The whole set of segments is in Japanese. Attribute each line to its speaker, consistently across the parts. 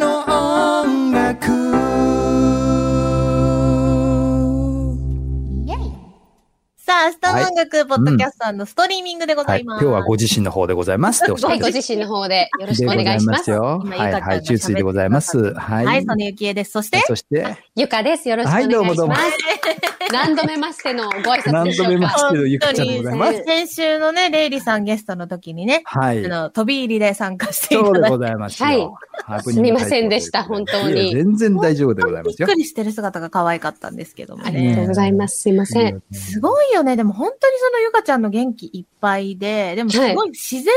Speaker 1: の音楽
Speaker 2: さあ、スタの音楽、ポッドキャストのストリーミングでござ
Speaker 3: はい、
Speaker 2: いま
Speaker 3: 今
Speaker 2: す。
Speaker 3: 日はご自身の方でございますっておっしゃ
Speaker 4: は
Speaker 3: っ
Speaker 4: い、
Speaker 3: て
Speaker 4: ご自身の方でよろしくお願いします。
Speaker 3: よ。
Speaker 2: 今
Speaker 3: はい、
Speaker 2: ゆかちゃんが喋ってくださ
Speaker 3: は
Speaker 2: っ
Speaker 3: い、
Speaker 2: て
Speaker 3: 中水でございます。はい。
Speaker 2: はい、ソネユキエです。そして、
Speaker 3: そして、
Speaker 4: ゆかです。よろしくお願いし
Speaker 3: はいどうもどうも
Speaker 4: ます。何度目ましてのご挨拶で
Speaker 3: 何
Speaker 4: し
Speaker 3: 度
Speaker 4: ょ
Speaker 3: 目
Speaker 4: う
Speaker 3: ま
Speaker 4: か。
Speaker 3: してのゆかちゃんでございます。
Speaker 2: 先週のね、レイリさんゲストの時にね、
Speaker 3: は
Speaker 2: あ
Speaker 3: い。
Speaker 2: の、飛び入りで参加していた
Speaker 3: そう
Speaker 2: だ
Speaker 3: で
Speaker 2: いて
Speaker 3: ご、ざいますよ。
Speaker 4: はい
Speaker 3: ハプニング
Speaker 4: すみませんでした
Speaker 3: タイプ
Speaker 4: 本当
Speaker 3: い
Speaker 4: に
Speaker 3: や全然大丈夫でございま
Speaker 2: びっ
Speaker 3: すよ
Speaker 2: く。りしてる姿が可愛かったんですけども
Speaker 4: ありがとう
Speaker 2: ね。
Speaker 4: ございます。すいません。
Speaker 2: すごいよね。でも本当にそのゆかちゃんの元気いっぱいで、でもすごい
Speaker 4: は
Speaker 2: 自然体じ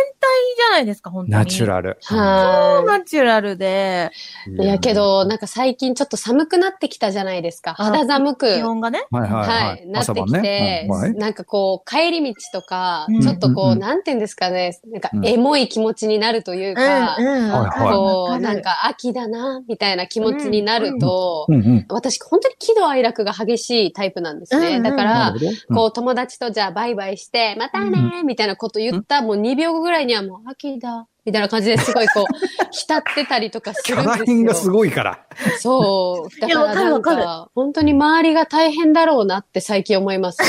Speaker 2: ゃないですか、本当に。
Speaker 3: ナチュ
Speaker 2: ル。
Speaker 3: ラル。
Speaker 4: は
Speaker 2: ナチュラルで、
Speaker 4: い。いやけ、ど、なんか最近ちょっと寒くなってきたじゃないですか。
Speaker 2: あ
Speaker 4: 肌寒く。
Speaker 2: 気温がね、
Speaker 3: はいはい
Speaker 4: は
Speaker 3: はいい。。
Speaker 4: なってきて、
Speaker 3: うんはい
Speaker 4: なんかこう、帰り道とか
Speaker 2: うん、
Speaker 4: ちょっとこう、
Speaker 3: うんうん
Speaker 4: なんて言うんですかね、なんか
Speaker 3: うん
Speaker 4: エモい気持ちになるというか、
Speaker 2: うん、うん。
Speaker 3: はいはい
Speaker 4: こ
Speaker 2: わ
Speaker 4: う、
Speaker 2: か
Speaker 4: な
Speaker 2: る
Speaker 4: ん、か秋だな、みたいな気持ちになると、
Speaker 3: うんうん。
Speaker 4: 私本当に喜怒哀楽が激しいタイプなんです
Speaker 2: うんう
Speaker 4: ね。
Speaker 2: ん
Speaker 4: だか
Speaker 3: な
Speaker 4: ら
Speaker 3: る、ほどうん
Speaker 4: こう友達とじゃあバイバイして、またねみたいなこと言った、もう2秒後ぐらいにはもう秋だ。みたいな感じですごい こう、浸ってたりとかす
Speaker 3: キ
Speaker 4: るん
Speaker 3: ャラ
Speaker 4: です
Speaker 3: 変がす
Speaker 4: よ。
Speaker 3: ごいから。
Speaker 4: そう。だ
Speaker 2: いや
Speaker 4: からな
Speaker 2: わ
Speaker 4: ん
Speaker 2: かるわ
Speaker 4: か、本当に周りが大変だろうなって最近思い ます。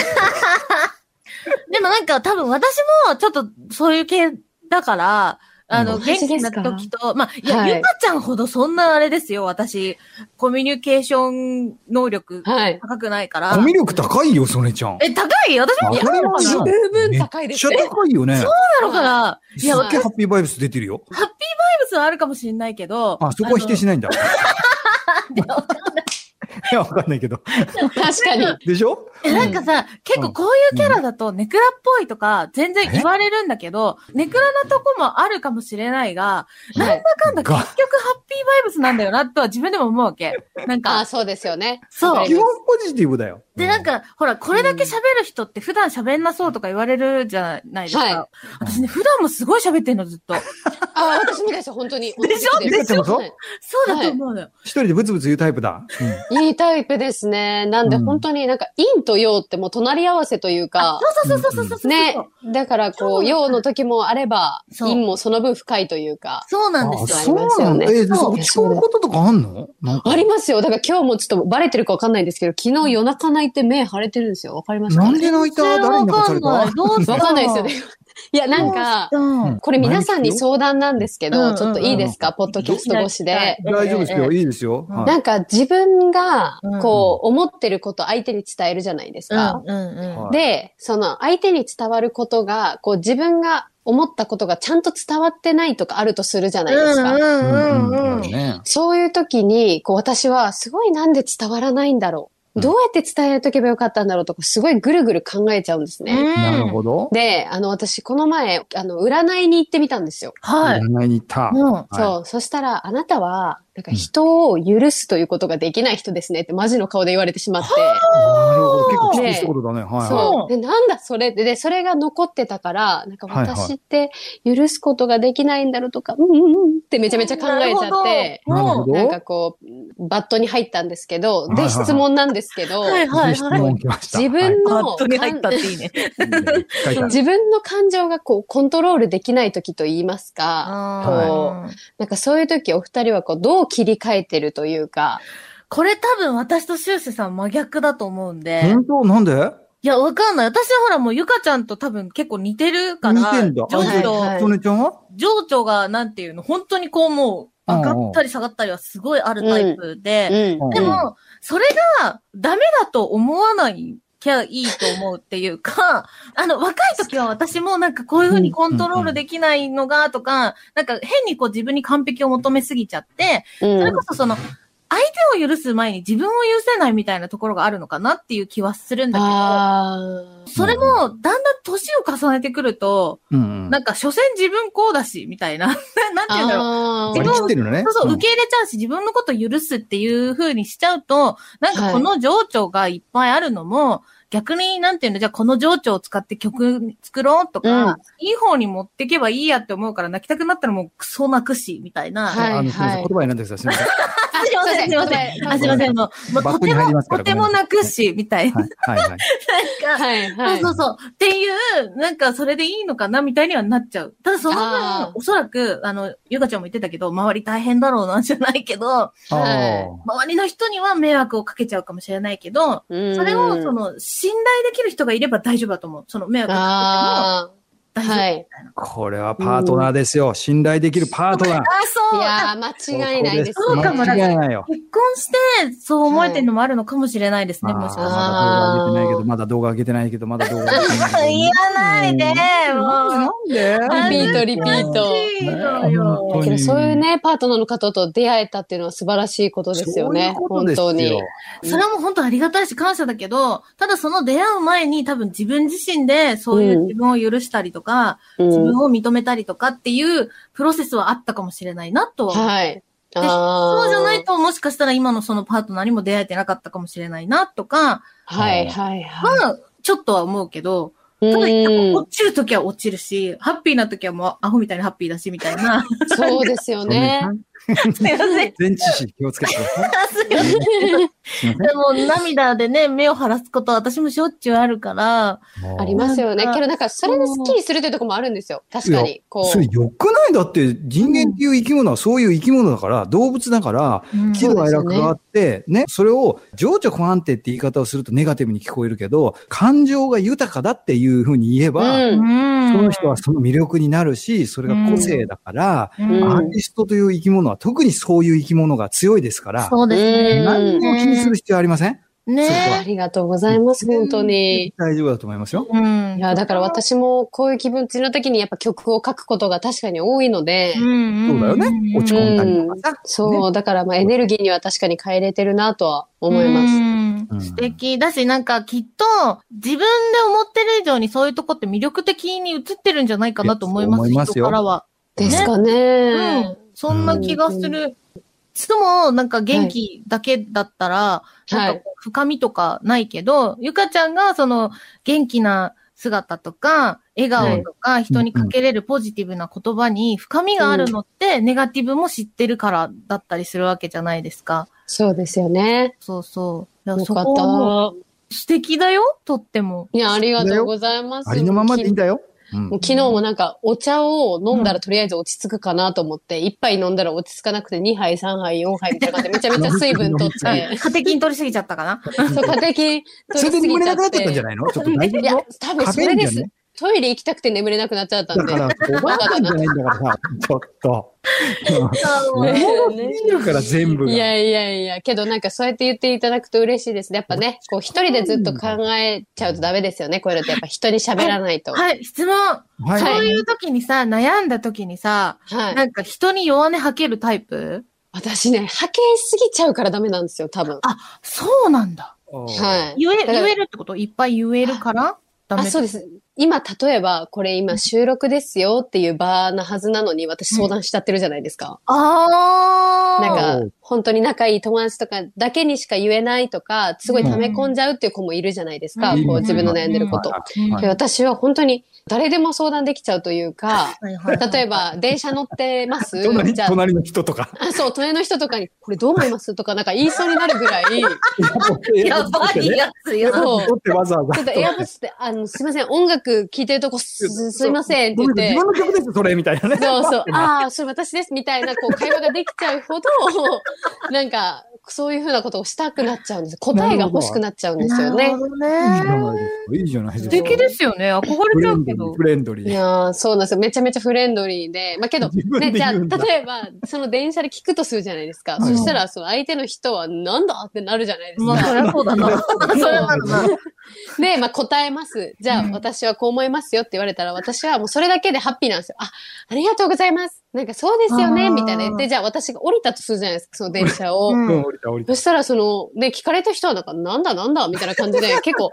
Speaker 2: でもなんか多分私もちょっとそういう系だから、あの、
Speaker 4: うん
Speaker 2: 元気な
Speaker 4: マジで
Speaker 2: 時と、まあ、いや、
Speaker 4: はい
Speaker 2: ゆかちゃんほどそんなあれですよ、私、コミュニケーション能力
Speaker 4: はい。
Speaker 2: 高くないから
Speaker 3: コ。ミュ力高いよ、ソネちゃん。
Speaker 2: え、高い私も
Speaker 3: わ
Speaker 2: 高
Speaker 3: か
Speaker 2: い
Speaker 3: り
Speaker 2: の
Speaker 3: ま
Speaker 2: か
Speaker 3: す
Speaker 2: な
Speaker 3: よ
Speaker 4: 十分高いです
Speaker 3: めっちゃ高いよね。
Speaker 2: なのかな
Speaker 3: す
Speaker 2: いや
Speaker 3: っげえハッピーバイブス出てるよ。
Speaker 2: ハッピーバイブスはあるかもしれないけど。
Speaker 3: あ、そこは否定しないんだ。 いや、わかんないけど。
Speaker 4: 確かに。
Speaker 3: でしょ
Speaker 2: え、なんかさ、結構こういうキャラだとネクラっぽいとか全然言われるんだけど、ネクラなとこもあるかもしれないが、なん だかんだ結局
Speaker 3: が
Speaker 2: ハッピーバイブスなんだよなとは自分でも思うわけ。なん
Speaker 4: ああ、
Speaker 2: か、
Speaker 4: そうですよね。
Speaker 2: そう
Speaker 4: わか
Speaker 3: 基
Speaker 4: りま
Speaker 3: 本ポジティブだよ。
Speaker 2: で、なんか、ほら、これだけ喋る人って普段喋んなそうとか言われるじゃないですか。
Speaker 4: はい
Speaker 2: 私ね、普段もすごい喋ってんの、ずっと。
Speaker 4: すああ、私もですよ、本当に。
Speaker 2: でしょ
Speaker 4: 同じ
Speaker 3: ゆか
Speaker 4: です
Speaker 3: ちゃんもそう
Speaker 4: はい
Speaker 2: そうだと思うのよ。
Speaker 3: 一人でブツブツ言うタイプだ。
Speaker 4: いいタイプですね。なんで
Speaker 3: うん
Speaker 4: 本当になんか、陰と陽ってもう隣り合わせというか、
Speaker 2: そうそうそうそうそうそう。
Speaker 4: ね。だからこ
Speaker 2: そう
Speaker 4: う、陽の時もあれば、
Speaker 2: そう
Speaker 4: 陰もその分深いというか。
Speaker 2: そうなんで
Speaker 3: あ
Speaker 2: すよ。
Speaker 3: そうなんだ。
Speaker 4: ありますよね
Speaker 3: え、
Speaker 4: そ
Speaker 3: そうう、落ち込むこととかあんのなんか
Speaker 4: ありますよ。だから今日もちょっとバレてるかわかんないんですけど、昨日夜中泣いて目腫れてるんですよ。わかりますか
Speaker 3: なんで泣いた誰に泣かされた
Speaker 2: わかんないどうした
Speaker 4: わかんないですよね。 いや、なんか、
Speaker 2: うん。
Speaker 4: これ皆さんに相談なんですけ
Speaker 2: うんうんう
Speaker 4: ど、
Speaker 2: ん
Speaker 4: ちょっといいですかポッドキャスト越しで。
Speaker 3: 大丈夫です
Speaker 4: え
Speaker 3: よ。
Speaker 4: え
Speaker 3: いいですよ。
Speaker 2: うん
Speaker 3: はい
Speaker 4: なんか自分が
Speaker 2: うん、
Speaker 4: こう、思ってること相手に伝えるじゃないです
Speaker 2: うん
Speaker 4: か。
Speaker 2: うんうん。
Speaker 3: はい
Speaker 4: で、その相手に伝わることが、こう自分が思ったことがちゃんと伝わってないとかあるとするじゃないですか。
Speaker 2: うんうんうんうん。
Speaker 3: ね
Speaker 4: そういう時に、こう私はすごいなんで伝わらないんだろう。どうやって伝えとけばよかったんだろうとか、すごいぐるぐる考えちゃうんですね。
Speaker 3: なるほど。
Speaker 4: で、あの私この前、あの、占いに行ってみたんですよ。
Speaker 2: はい。
Speaker 3: 占いに行った。
Speaker 2: うん。
Speaker 3: は
Speaker 4: そう。そしたら、あなたは、なんか人を許すということができない人ですねってマジの顔で言われてしまって。
Speaker 3: い。なるほど。結構きっちりしたことだね。はいは
Speaker 4: そう。で、なんだそれで、で、それが残ってたから、なんか
Speaker 3: はいはい
Speaker 4: 私って許すことができないんだろうとか、うんうんうんってめちゃめちゃ考えちゃって、
Speaker 3: い。なるほ
Speaker 2: も
Speaker 3: ど。
Speaker 4: なんかこう、バットに入ったんですけど、
Speaker 3: はいは
Speaker 4: で、
Speaker 3: い
Speaker 4: 質問なんですけど、
Speaker 2: う。はいはい
Speaker 3: 質
Speaker 2: はい。
Speaker 3: 問来ました。
Speaker 4: 自
Speaker 3: はい
Speaker 4: 分
Speaker 2: カ
Speaker 4: の
Speaker 2: ットに入ったっていいね。
Speaker 3: 書いてあ る
Speaker 4: 自分の感情がこう、コントロールできない時と言いますか、
Speaker 2: あー
Speaker 4: なんかそういう時お二人はこう、どう切り替えてるというか、
Speaker 2: これ多分私と修正さん真逆だと思うんで。
Speaker 3: 本当なんで
Speaker 2: いや、わかんない。私はほらもうゆかちゃんと多分結構似てるから。
Speaker 3: 似てんだ
Speaker 2: 情
Speaker 3: はい
Speaker 2: 緒、
Speaker 4: はい
Speaker 3: ソネちゃんは
Speaker 2: 情緒がなんていうの、本当にこうもう上がったり下がったりはすごいあるタイプで。
Speaker 4: うん。
Speaker 3: うん
Speaker 2: でも、それがダメだと思わないきゃいいと思うっていうか、 あの、若い時は私もなんかこういうふうにコントロールできないのがとか、なんか変にこう自分に完璧を求めすぎちゃって、
Speaker 4: うん
Speaker 2: それこそその、相手を許す前に自分を許せないみたいなところがあるのかなっていう気はするんだけど、
Speaker 4: ああ。
Speaker 2: それもだんだん年を重ねてくると、
Speaker 3: うん。
Speaker 2: なんか所詮自分こうだし、みたいな、 ななんていうんだろう。
Speaker 4: あ
Speaker 2: 自
Speaker 3: 割
Speaker 2: 分
Speaker 3: り
Speaker 2: を
Speaker 3: 切ってるのね。
Speaker 2: そうそう、
Speaker 3: ん
Speaker 2: 受け入れちゃうし、自分のこと許すっていう風にしちゃうと、なんかこの情緒がいっぱいあるのも、逆になんていうの、じゃあこの情緒を使って曲作ろうとか、
Speaker 4: うん
Speaker 2: いい方に持ってけばいいやって思うから泣きたくなったらもうクソ泣くし、みたいな。
Speaker 4: はい
Speaker 3: あの、すみません。言葉選んでください。すみません。
Speaker 2: すいません、すいません。あ、すいません、もう、もう
Speaker 3: バッ
Speaker 2: と
Speaker 3: ク
Speaker 2: て
Speaker 3: に入り
Speaker 2: も、
Speaker 3: ますか
Speaker 2: と
Speaker 3: ら
Speaker 2: てもなくし、みたいな。
Speaker 3: はいはいはい。
Speaker 2: なんか、
Speaker 4: はい、はい。
Speaker 2: そうそうそう。っていう、なんか、それでいいのかなみたいにはなっちゃう。ただ、その
Speaker 4: あー
Speaker 2: 分、おそらく、あの、ゆかちゃんも言ってたけど、周り大変だろうな、じゃないけど、
Speaker 3: あ
Speaker 2: 周りの人には迷惑をかけちゃうかもしれないけど、
Speaker 4: うん
Speaker 2: それを、そ、の、信頼できる人がいれば大丈夫だと思う。その、迷惑
Speaker 4: あ
Speaker 2: かけても大丈夫みたいな。
Speaker 3: あ、これはパートナーですよ。信頼できるパートナー。
Speaker 2: あー、そう
Speaker 4: あ、いやー、間違いないです
Speaker 2: そうかも
Speaker 3: 間
Speaker 2: な
Speaker 3: 違いないよ。
Speaker 2: 結婚して、そう思えてるのもあるのかもしれないですね、もしかし
Speaker 3: あーまだ動画上げてないけど、まだ動画上げてないけど、まだ動画上げて
Speaker 2: た
Speaker 3: な
Speaker 2: ら。
Speaker 3: いけど。
Speaker 2: 言わないで、もう。
Speaker 3: な
Speaker 4: リ
Speaker 3: んで
Speaker 4: ピート、リピート。
Speaker 2: いいのよ
Speaker 3: 本
Speaker 4: けど、そういうね、パートナーの方と出会えたっていうのは素晴らしいことですよね。
Speaker 3: そういう
Speaker 4: 本当
Speaker 3: ことです
Speaker 4: に
Speaker 3: よ。。
Speaker 2: それはもう本当ありがたいし感謝だけど、ただその出会う前に多分自分自身でそういう自分を許したりとか、自
Speaker 4: うん
Speaker 2: 分を認めたりとかっていうプロセスはあったかもしれないなとは思う。
Speaker 4: はい。
Speaker 2: そうじゃない
Speaker 4: と。
Speaker 2: ともしかしたら今のそのパートナーにも出会えてなかったかもしれないなとか、
Speaker 4: はい、はい、はい。
Speaker 2: まあ、ちょっとは思うけど、
Speaker 4: う
Speaker 2: ただ
Speaker 4: ん
Speaker 2: 落ちるときは落ちるし、ハッピーなときはもうアホみたいにハッピーだしみた いな。
Speaker 4: そうですよね。
Speaker 2: すいません。
Speaker 3: 全知識気をつけてください。
Speaker 2: すいません。でも涙でね、目を晴らすことは私もしょっちゅうあるから、
Speaker 4: ありますよね
Speaker 2: な。んか
Speaker 4: けどなんか、それでスッキリするというところもあるんですよ。確かに。こ。
Speaker 3: そうれ良くないだって人間っていう生き物はそういう生き物だから、動物だから、
Speaker 2: うん
Speaker 3: 喜
Speaker 4: そう
Speaker 3: 怒
Speaker 4: で
Speaker 3: 哀
Speaker 4: すよ
Speaker 3: 楽
Speaker 4: ね
Speaker 3: があって、ね、それを情緒不安定って言い方をするとネガティブに聞こえるけど、感情が豊かだっていうふうに言えば、
Speaker 4: うん。
Speaker 3: そ
Speaker 2: そ
Speaker 3: の人はその魅力になるし、それが個性だから、
Speaker 4: うん
Speaker 3: アーティストという生き物は特にそういう生き物が強いですから、
Speaker 2: そうですね。
Speaker 3: 何も気にする必要ありません
Speaker 4: あ
Speaker 2: ね
Speaker 4: りがとうございます、本当に。
Speaker 3: 大丈夫だと思いますよ。
Speaker 2: うん
Speaker 4: いや、だから私もこういう気分の時にやっぱ曲を書くことが確かに多いので、
Speaker 3: そうだよね。落ち込んだりとかさ。
Speaker 4: そう、だからまあエネルギーには確かに変えれてるなとは思います。
Speaker 2: ま
Speaker 3: うん
Speaker 2: 素敵。だし、なんかきっと、自分で思ってる以上にそういうとこって魅力的に映ってるんじゃないかなと思い
Speaker 3: え
Speaker 2: ます。
Speaker 3: そう思いますよ
Speaker 2: 人からは。
Speaker 4: ですかね。
Speaker 2: うん。そんな気がする。いつも、なんか元気だけだったら、
Speaker 4: は
Speaker 2: なん
Speaker 4: い
Speaker 2: か。深みとかないけど、ゆかちゃんがその元気な姿とか、笑顔とか、人にかけれるポジティブな言葉に深みがあるのって、ネガティブも知ってるからだったりするわけじゃないですか。
Speaker 4: そうですよね。
Speaker 2: そうそう。だ
Speaker 4: よ
Speaker 2: らそ
Speaker 4: かっ
Speaker 2: こはも
Speaker 4: た。
Speaker 2: う素敵だよ、とっても。
Speaker 4: いや、ありがとうございます。
Speaker 3: ありのままでいいんだよ。うん
Speaker 4: もう昨日もなんかお茶を飲んだらとりあえず落ち着くかなと思って、一杯飲んだら落ち着かなくて2杯、3杯、4杯みたいな感じでめちゃめちゃ水分取っ
Speaker 3: 飲
Speaker 4: て、
Speaker 2: カテキン取りすぎちゃっ たかな
Speaker 4: そう、カテキン
Speaker 3: それ
Speaker 4: 取
Speaker 3: で
Speaker 4: り
Speaker 3: 眠
Speaker 4: すぎ
Speaker 3: れ
Speaker 4: ちゃ
Speaker 3: な
Speaker 4: っ
Speaker 3: くなっちゃったんじ
Speaker 4: て
Speaker 3: ゃ。ないのちょっと大丈
Speaker 4: いや、多分
Speaker 3: 夫。
Speaker 4: そ
Speaker 3: 食
Speaker 4: れ
Speaker 3: べる
Speaker 4: で
Speaker 3: んじ
Speaker 4: す
Speaker 3: ゃ。ね。
Speaker 4: トイレ行きたくて眠れなくなっちゃった
Speaker 3: だ
Speaker 4: んで。
Speaker 3: から、おばあちゃんじゃないんだからさ、ちょっと。見るから全部が。
Speaker 4: いやいやいや、けどなんかそうやって言っていただくと嬉しいですね。やっぱね、こう一人でずっと考えちゃうとダメですよね。こういうのってやっぱ人に喋らないと。は
Speaker 2: はい、質問。
Speaker 3: はい
Speaker 2: そ
Speaker 4: は
Speaker 2: ういう時にさ、悩んだ時にさ、
Speaker 4: い。
Speaker 2: なんか人に弱音吐けるタイプ
Speaker 4: 私ね、波形しすぎちゃうからダメなんですよ、多分。
Speaker 2: そうなんだ。
Speaker 4: はい。
Speaker 2: 言え、
Speaker 4: だから
Speaker 2: 言えるってこといっぱい言えるからダ
Speaker 4: あ、
Speaker 2: メってこと
Speaker 4: そうです。今、例えば、これ今収録ですよっていう場なはずなのに、私相談しちゃってるじゃないですか。
Speaker 2: ああ。
Speaker 4: なんか、本当に仲いい友達とかだけにしか言えないとか、すごい溜め込んじゃうっていう子もいるじゃないですか。
Speaker 3: うん
Speaker 4: こう自分の悩んでるこ
Speaker 3: は
Speaker 4: と
Speaker 3: い。
Speaker 2: うん
Speaker 4: で私は本当に誰でも相談できちゃうというか、
Speaker 2: はいはいはい
Speaker 4: 例えば、電車乗ってます
Speaker 3: 隣
Speaker 4: じゃあ、
Speaker 3: 隣の人とか。
Speaker 4: あそう、隣の人とかに、これどう思いますとか、なんか言いそうになるぐらい、ち
Speaker 2: やばいやつや。
Speaker 4: そう
Speaker 3: 取ってわざわざ。
Speaker 4: ょっとエアブスって、あの、すいません、音楽聴いてるとこす、すいませんって
Speaker 3: ご
Speaker 4: 言
Speaker 3: め
Speaker 4: っ
Speaker 3: んなさい
Speaker 4: て
Speaker 3: 自、分の曲です、それ、みたいなね。
Speaker 4: そうそう、ああ、それ私ですみたいな、こう、会話ができちゃうほど、なんか、そういうふうなことをしたくなっちゃうんです。答えが欲しくなっちゃうんですよ
Speaker 2: な
Speaker 4: ね
Speaker 2: る。ほど
Speaker 3: いいじゃないです
Speaker 2: ね。
Speaker 3: か。いいじゃないです
Speaker 2: 素
Speaker 3: か。
Speaker 2: 敵ですよね。憧
Speaker 3: フ
Speaker 2: れち
Speaker 3: レ
Speaker 2: ゃう
Speaker 3: ンド
Speaker 2: け
Speaker 3: リー、
Speaker 2: ど
Speaker 3: フ。レンドリ
Speaker 4: い
Speaker 3: ー。
Speaker 4: やーそうなんですよ。めちゃめちゃフレンドリーで。まあけど、
Speaker 3: 自分で
Speaker 4: ね、じゃあ、
Speaker 3: 言うんだ
Speaker 4: 例えば、その電車で聞くとするじゃないですか。
Speaker 3: はい
Speaker 4: そしたら、その相手の人は、なんだってなるじゃないですか。
Speaker 2: まあ、そりゃそうだな。 そりゃそうだな。
Speaker 4: で、まあ答えます。じゃあ、
Speaker 2: うん
Speaker 4: 私はこう思いますよって言われたら、私はもうそれだけでハッピーなんですよ。あ、ありがとうございます。なんかそうですよ
Speaker 2: あ
Speaker 4: ね、
Speaker 2: ー
Speaker 4: みたいな言って、じゃあ私が降りたとするじゃないですか、その電車を。
Speaker 3: うん、
Speaker 2: うん
Speaker 3: 降りた降りた
Speaker 4: そ。したら、その、ね、聞かれた人はなんか、なんだなんだみたいな感じ で、結構、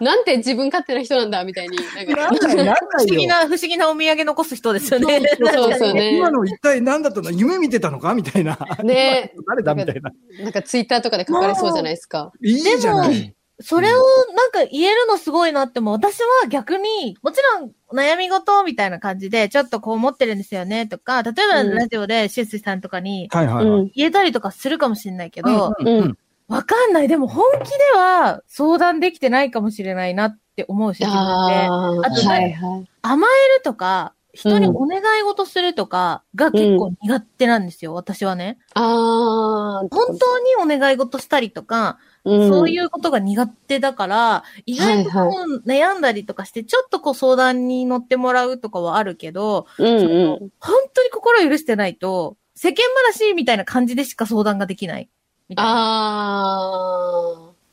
Speaker 4: なんて自分勝手な人なんだみたいに、なんか、
Speaker 3: なんない、なんな
Speaker 2: 不思
Speaker 3: い
Speaker 2: 議
Speaker 3: よ。
Speaker 2: な、不思議なお土産残す人ですよね。
Speaker 4: そうそうね。
Speaker 3: 今の一体何だったの夢見てたのかみたいな。
Speaker 4: ね
Speaker 3: 誰だみたいな。
Speaker 4: なんかツイッターとかで書かれそうじゃないですか。
Speaker 3: いいじゃない。
Speaker 2: それをなんか言えるのすごいなっても、私は逆に、もちろん悩み事みたいな感じで、ちょっとこう思ってるんですよねとか、例えば
Speaker 4: うん
Speaker 2: ラジオでシュッシュさんとかに
Speaker 3: はいは
Speaker 4: う
Speaker 3: いはい。
Speaker 4: ん。
Speaker 2: 言えたりとかするかもしれないけ
Speaker 3: うん
Speaker 2: ど、
Speaker 4: うん。
Speaker 2: わかんない。でも本気では相談できてないかもしれないなって思うし、自分で。
Speaker 4: ああ、
Speaker 2: あと
Speaker 4: はいはい。
Speaker 2: 甘えるとか、人にお願い事するとかが結構苦手なんですよ、私はね。
Speaker 4: ああ、
Speaker 2: 本当にお願い事したりとか、
Speaker 4: うん
Speaker 2: そういうことが苦手だから、意外とこう悩んだりとかして、ちょっとこう相談に乗ってもらうとかはあるけど、
Speaker 4: うんうん。
Speaker 2: 本当に心許してないと、世間話みたいな感じでしか相談ができない。みたいな。
Speaker 4: ああ、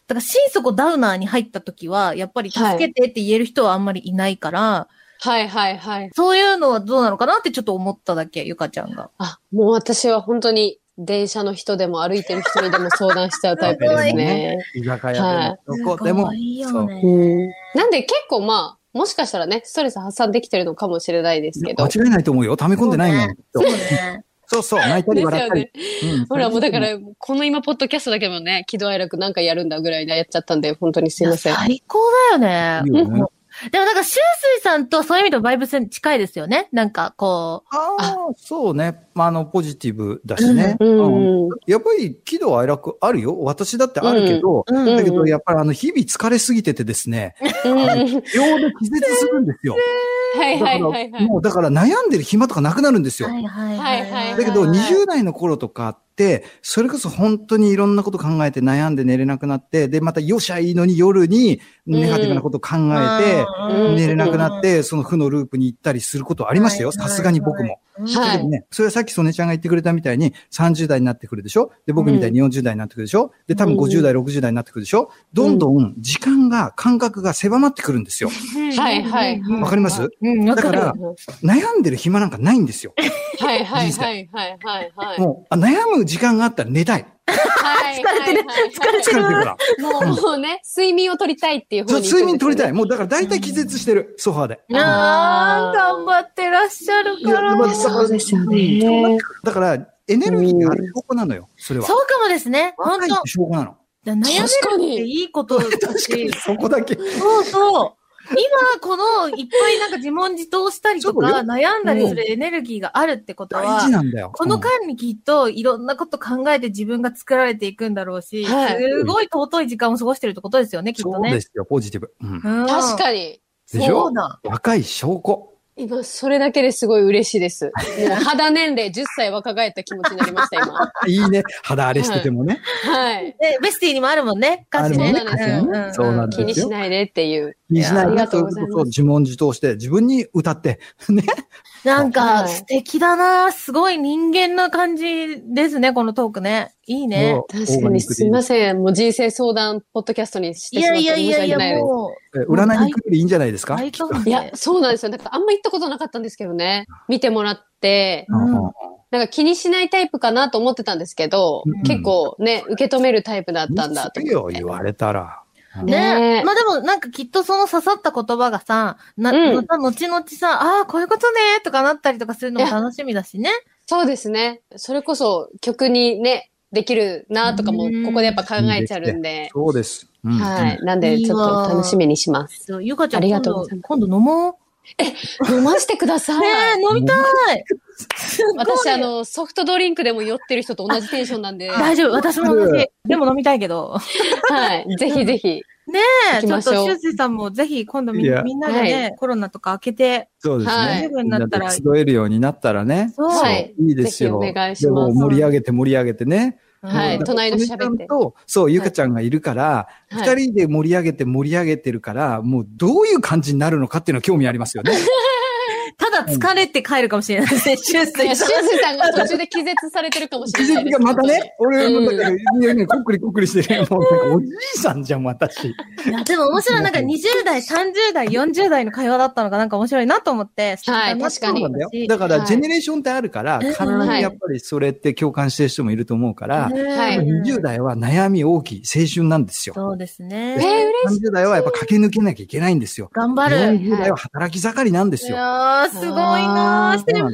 Speaker 2: だから心底ダウナーに入った時は、やっぱり助けてって言える人はあんまりいないから、
Speaker 4: はいはいはい。
Speaker 2: そういうのはどうなのかなってちょっと思っただけ、ゆかちゃんが。
Speaker 4: あ、もう私は本当に電車の人でも歩いてる人にでも相談しちゃうタイプですね。
Speaker 3: 居酒屋でも、どこでも
Speaker 2: すご。いよね。
Speaker 4: うんなんで結構まあ、もしかしたらね、ストレス発散できてるのかもしれないですけど
Speaker 3: 間違。いないと思うよ。溜め込んでないもん。
Speaker 2: そうね。
Speaker 3: そうそう、泣いた
Speaker 4: で
Speaker 3: り
Speaker 4: す
Speaker 3: 笑っ
Speaker 4: よ
Speaker 3: たり
Speaker 4: ね。。
Speaker 3: うん
Speaker 4: ほら、もうだか、ら、この今、ポッドキャストだけでもね、喜怒哀楽なんかやるんだぐらいでやっちゃったんで、本当にすいません。
Speaker 2: 最高だよ
Speaker 3: いい
Speaker 2: ね。
Speaker 3: よね
Speaker 2: でもなんか、シュウスイさんとそういう意味でもバイブス近いですよね。なんか、こ
Speaker 3: ああ、そうね。まあ、あの、ポジティブだしね。
Speaker 4: う
Speaker 3: うん
Speaker 4: ん。
Speaker 3: やっぱり喜怒哀楽あるよ。私だってあるけど、
Speaker 2: う。うん
Speaker 3: だけど、やっぱりあの、日々疲れすぎててですね、
Speaker 4: うん
Speaker 3: 秒で気絶するんですよ。
Speaker 4: はい
Speaker 3: だ
Speaker 4: は
Speaker 3: か
Speaker 4: いはいは
Speaker 3: ら、
Speaker 4: い。
Speaker 3: もうだから悩んでる暇とかなくなるんですよ。
Speaker 2: はいはい
Speaker 4: はいはい
Speaker 3: だけど、
Speaker 4: はい
Speaker 3: 20代の頃とかって、それこそ本当にいろんなこと考えて悩んで寝れなくなって、で、またよっしゃいいのに夜にネガティブなこと考えて、
Speaker 4: うん
Speaker 3: 寝れなくなって、その負のループに行ったりすることありましたよ。
Speaker 2: はいは
Speaker 3: さ
Speaker 2: い
Speaker 3: すがに僕も。
Speaker 2: うん
Speaker 4: はい
Speaker 3: でもね、それはさっき曽根ちゃんが言ってくれたみたいに、30代になってくるでしょで、僕みたいに40代になってくるでしょで、多分50代、60代になってくるでしょどんどん時間が、感覚が狭まってくるんですよ。
Speaker 4: はいはいはい。
Speaker 3: わかります
Speaker 2: うん、わ
Speaker 3: だ
Speaker 2: か
Speaker 3: か
Speaker 2: る。
Speaker 3: ら、悩んでる暇なんかないんですよ。
Speaker 4: はいはいはいはいはいはい。
Speaker 3: もう、あ悩む時間があったら寝たい。
Speaker 4: 疲
Speaker 2: 疲れてる
Speaker 3: 疲
Speaker 2: 疲れ
Speaker 3: れてるから。
Speaker 4: もうもうね、睡眠を取りたいっていう
Speaker 3: そ
Speaker 4: 方
Speaker 3: う
Speaker 4: に。
Speaker 3: 睡眠取りた
Speaker 4: い。
Speaker 3: い。もうだから大体気絶してる、ソファーで。
Speaker 2: あー、頑張ってらっしゃるから。
Speaker 3: いや
Speaker 2: そう
Speaker 3: そうですよね。だから、エネルギーがある証拠なのよ、それは。
Speaker 2: かもですね。本
Speaker 3: 若いっ
Speaker 2: 当
Speaker 3: て証拠なの。
Speaker 2: 悩める
Speaker 4: 確か
Speaker 2: って
Speaker 4: に。
Speaker 2: いいことだ
Speaker 3: 確か
Speaker 2: し
Speaker 3: に、。そこだけ。
Speaker 2: そうそう。今、この、いっぱいなんか自問自答したりと
Speaker 3: そうよ
Speaker 2: か、悩んだりするエネルギーがあるってこと
Speaker 3: 大
Speaker 2: は
Speaker 3: 事、なんだよ。
Speaker 2: この
Speaker 3: うん
Speaker 2: 間にきっといろんなこと考えて自分が作られていくんだろうし、
Speaker 4: はい
Speaker 2: すごい尊い時間を過ごしてるってことですよね、きっと
Speaker 3: そう
Speaker 2: ね
Speaker 3: で。すよ、ポジティブ。うん
Speaker 2: 確
Speaker 4: 確かに。
Speaker 3: でし
Speaker 2: そ
Speaker 3: ょ
Speaker 2: うだ。
Speaker 3: 若い証拠。
Speaker 4: 今、それだけですごい嬉しいです。もう肌年齢10歳若返った気持ちになりました、今。
Speaker 3: いいね。肌荒れしててもね。
Speaker 4: はい。
Speaker 2: で、ベスティにもあるもんね、歌詞ね。
Speaker 4: あるもんね
Speaker 2: うん
Speaker 3: 歌詞ねそうなんです
Speaker 4: 気
Speaker 3: よ
Speaker 4: にしないでっていう。
Speaker 3: 気にしない
Speaker 4: いや
Speaker 3: で、
Speaker 4: ありが
Speaker 3: そ
Speaker 4: と
Speaker 3: ういうう
Speaker 4: ござい
Speaker 3: こ
Speaker 4: ます
Speaker 3: とを自問自答して、自分に歌って。ね。
Speaker 2: なん
Speaker 4: は
Speaker 2: か、
Speaker 4: い
Speaker 2: 素敵だな。すごい人間な感じですね、このトークね。いいね
Speaker 3: も。う
Speaker 4: 確かにすいません。もう人生相談、ポッドキャストにして
Speaker 2: い
Speaker 4: しまっ
Speaker 2: や
Speaker 4: て
Speaker 2: い
Speaker 4: 申
Speaker 2: やい
Speaker 4: し訳
Speaker 2: やいや、
Speaker 4: ないです。
Speaker 2: も
Speaker 3: え占いに来るでいいんじゃないです
Speaker 2: う、
Speaker 3: か
Speaker 2: 大丈夫
Speaker 4: いや、そうなんですよ。なんかあんま行ったことなかったんですけどね。見てもらって、
Speaker 2: うん
Speaker 3: うん
Speaker 4: なんか気にしないタイプかなと思ってたんですけど、
Speaker 3: うん
Speaker 4: 結構ね、受け止めるタイプだったんだと
Speaker 3: いいよ、
Speaker 4: 思って
Speaker 3: 言。われたら。
Speaker 2: ね
Speaker 4: ねえ
Speaker 2: まあでも、なんかきっとその刺さった言葉がさ、な、
Speaker 4: うん
Speaker 2: また後々さ、ああー、こういうことね、とかなったりとかするのも楽しみだしね。
Speaker 4: そうですね。それこそ曲にね、できるなとかも
Speaker 2: うん、
Speaker 4: ここでやっぱ考えちゃうんで。
Speaker 3: そうです。うん
Speaker 4: はい。。なんで、ちょっと楽しみにします。
Speaker 2: そうゆかちゃん、
Speaker 4: あり
Speaker 2: 今
Speaker 4: がとうご
Speaker 2: 度
Speaker 4: ざいま、
Speaker 2: 今度飲もう。
Speaker 4: 飲ませてくださ
Speaker 2: ねえ、
Speaker 4: い。
Speaker 2: 飲みたい。すごい
Speaker 4: 私、あ、の、ソフトドリンクでも酔ってる人と同じテンションなんで。は
Speaker 2: 大丈夫、私も同じ。でも飲みたいけど。
Speaker 4: い。ぜひぜひ。
Speaker 2: ね
Speaker 4: 行
Speaker 2: え、
Speaker 4: き
Speaker 2: ちょ
Speaker 4: ま
Speaker 2: っ
Speaker 4: しょう
Speaker 2: と、シュウスイさんもぜひ、今度み
Speaker 3: いや
Speaker 2: みんなでね、コロナとか明けて、
Speaker 3: そうです
Speaker 4: はい
Speaker 3: ね。
Speaker 2: 十分
Speaker 3: み
Speaker 2: に
Speaker 3: ん
Speaker 2: な
Speaker 3: な
Speaker 2: った
Speaker 3: で
Speaker 2: ら、
Speaker 3: 集えるようになったらね。
Speaker 2: そう。
Speaker 4: はい
Speaker 3: いいですよ。
Speaker 4: ぜひお願いします
Speaker 3: でも盛り上げて盛り上げてね。
Speaker 2: うん
Speaker 4: はい
Speaker 3: うん
Speaker 4: 隣の人喋って
Speaker 3: と、そう、ゆかちゃんがいるから、二、
Speaker 4: はい
Speaker 3: 人で盛り上げて盛り上げてるから、もうどういう感じになるのかっていうのは興味ありますよね。
Speaker 2: ただ疲れて帰るかもしれない ですね、シュウス
Speaker 4: いや、
Speaker 2: イ
Speaker 4: シ
Speaker 2: さ
Speaker 4: ュ
Speaker 2: ん
Speaker 4: ウ。スイさんが途中で気絶されてるかもし
Speaker 3: 気
Speaker 4: れ
Speaker 3: 絶
Speaker 4: ないです。
Speaker 3: がまた ね、俺もだから、
Speaker 4: う
Speaker 3: ねねこっくりこっくりして るよ。もうなんかおじいさんじゃん、私。
Speaker 2: いや、でも面白い。なんか20代、30代、40代の会話だったのがなんか面白いなと思って。
Speaker 4: はい確かに
Speaker 3: そうなんだよ。だから、
Speaker 4: はい
Speaker 3: ジェネレーションってあるから、必ずやっぱりそれって共感してる人もいると思うから、
Speaker 4: はい
Speaker 3: 20代は悩み大きい青春なんですよ。
Speaker 2: そうです
Speaker 4: えー、
Speaker 2: ね。
Speaker 4: 嬉しい。
Speaker 3: 30代はやっぱ駆け抜けなきゃいけないんですよ。
Speaker 2: 頑張る。
Speaker 3: 40代は働き盛りなんです
Speaker 2: い
Speaker 3: よ。
Speaker 2: やー、すごいな
Speaker 4: あー
Speaker 2: ー。先輩、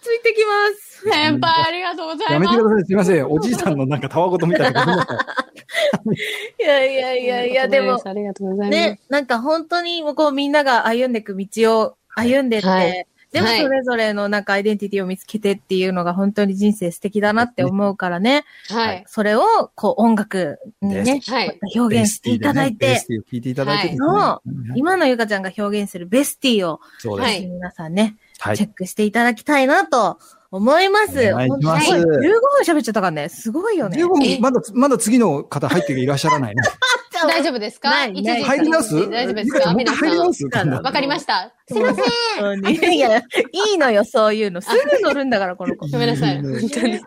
Speaker 2: ついてきます。
Speaker 4: 先輩、ありがとうござい
Speaker 3: やめ
Speaker 4: ま
Speaker 3: て
Speaker 4: す
Speaker 3: く。ださい。すいません。おじいさんのなんかたわごとみたいなことになった。
Speaker 2: いやいやいやいや、でも、
Speaker 4: ありがとうございます。
Speaker 2: ね、なんか本当にもうこうみんなが歩んでいく道を歩んでって、
Speaker 4: はい
Speaker 2: でも
Speaker 4: はい
Speaker 2: それぞれのなんかアイデンティティを見つけてっていうのが本当に人生素敵だなって思うからね、
Speaker 4: はい。
Speaker 2: それをこう音楽にね、
Speaker 4: はい。
Speaker 2: 表現していただい
Speaker 3: ベ
Speaker 2: て
Speaker 3: ス、ティを聞いていただいてですね。
Speaker 2: は
Speaker 3: はい
Speaker 2: 今のゆかちゃんが表現するベスティを、
Speaker 3: そう
Speaker 4: は
Speaker 3: で
Speaker 2: ぜ
Speaker 3: す。
Speaker 2: ひ皆さんね、
Speaker 3: はい
Speaker 2: チェ。ックしていただきたいなと思います。
Speaker 3: お願いします
Speaker 2: 本当に15分喋っちゃったからね、すごいよね。
Speaker 3: でも、まだ、まだ次の方入っていらっしゃらないね。
Speaker 4: 大丈夫ですか
Speaker 2: ない
Speaker 4: 一
Speaker 2: ない
Speaker 4: 時
Speaker 3: 入り直す
Speaker 4: 大丈夫です
Speaker 3: ゆかちゃ
Speaker 4: か
Speaker 3: んもう一
Speaker 4: 皆
Speaker 3: 回入り
Speaker 4: さ
Speaker 3: 直
Speaker 4: ん。
Speaker 3: す今度
Speaker 4: わかりました。すいません。
Speaker 2: 本当にいや、いいのよ、そういうの。すぐ乗るんだから、この子。
Speaker 4: ごめんなさい。
Speaker 3: いい
Speaker 4: 本
Speaker 3: ね
Speaker 4: 当に。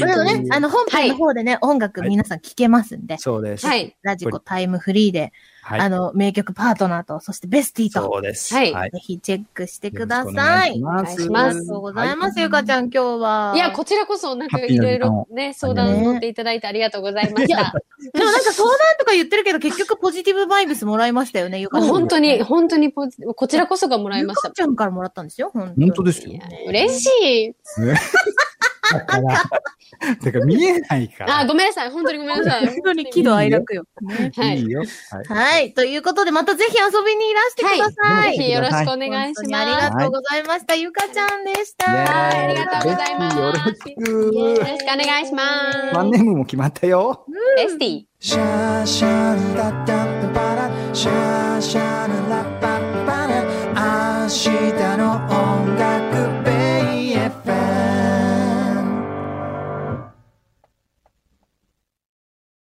Speaker 2: まあでもね、あの、本編の方でね、音楽
Speaker 3: はい
Speaker 2: 皆さん聴けますんで、
Speaker 3: そうです。。
Speaker 4: はいい。
Speaker 2: ラジコタイムフリーで、
Speaker 3: はい。
Speaker 2: あの、名曲パートナーと、そしてベスティと、
Speaker 3: そうです。
Speaker 4: はい
Speaker 2: ぜひチェックして
Speaker 3: て
Speaker 2: ください。
Speaker 3: お願いし
Speaker 4: お願
Speaker 3: ま
Speaker 2: あ
Speaker 3: す。
Speaker 2: りがとうござい
Speaker 3: は
Speaker 2: ます、ゆかちゃん、今日は。
Speaker 4: いや、こちらこそ、なんか
Speaker 3: ハッピ
Speaker 4: い
Speaker 3: ーな
Speaker 4: ろい
Speaker 3: 時間を
Speaker 4: ろね、相談を乗っていただいてありがとうございました。
Speaker 2: でもなんか相談とか言ってるけど、結局ポジティブバイブスもらいましたよね、ゆか
Speaker 4: も
Speaker 2: ち
Speaker 4: う
Speaker 2: ゃん。
Speaker 4: 本当に、本当にポジこちらこそがもらい
Speaker 2: ゆ
Speaker 4: ました
Speaker 2: か。ちゃんからもらったんですよ、本
Speaker 3: 本当です
Speaker 4: い
Speaker 3: よ。
Speaker 4: や嬉しい。
Speaker 3: だから、てか見えないか
Speaker 4: あ、
Speaker 3: ら。
Speaker 4: ごめんなさい。本当にごめんなさい。
Speaker 2: 本当に喜怒哀楽よ。
Speaker 4: はい
Speaker 3: い
Speaker 4: い。
Speaker 3: よ。
Speaker 2: はい。ということで、またぜひ遊びにいらしてくださ
Speaker 3: はい
Speaker 2: い。
Speaker 4: ぜひよろしくお願いし
Speaker 2: 本当に
Speaker 4: ま
Speaker 2: あ
Speaker 4: す。
Speaker 2: りがとうございました。ゆかちゃんでした。
Speaker 3: イエーイ
Speaker 4: はいありがとうございます
Speaker 3: ベスティよろし
Speaker 4: よろしくお願いします。
Speaker 3: ワンネームも決まったよ。
Speaker 4: ベスティ。
Speaker 1: シャーシャーにだったんだパラシャーシャ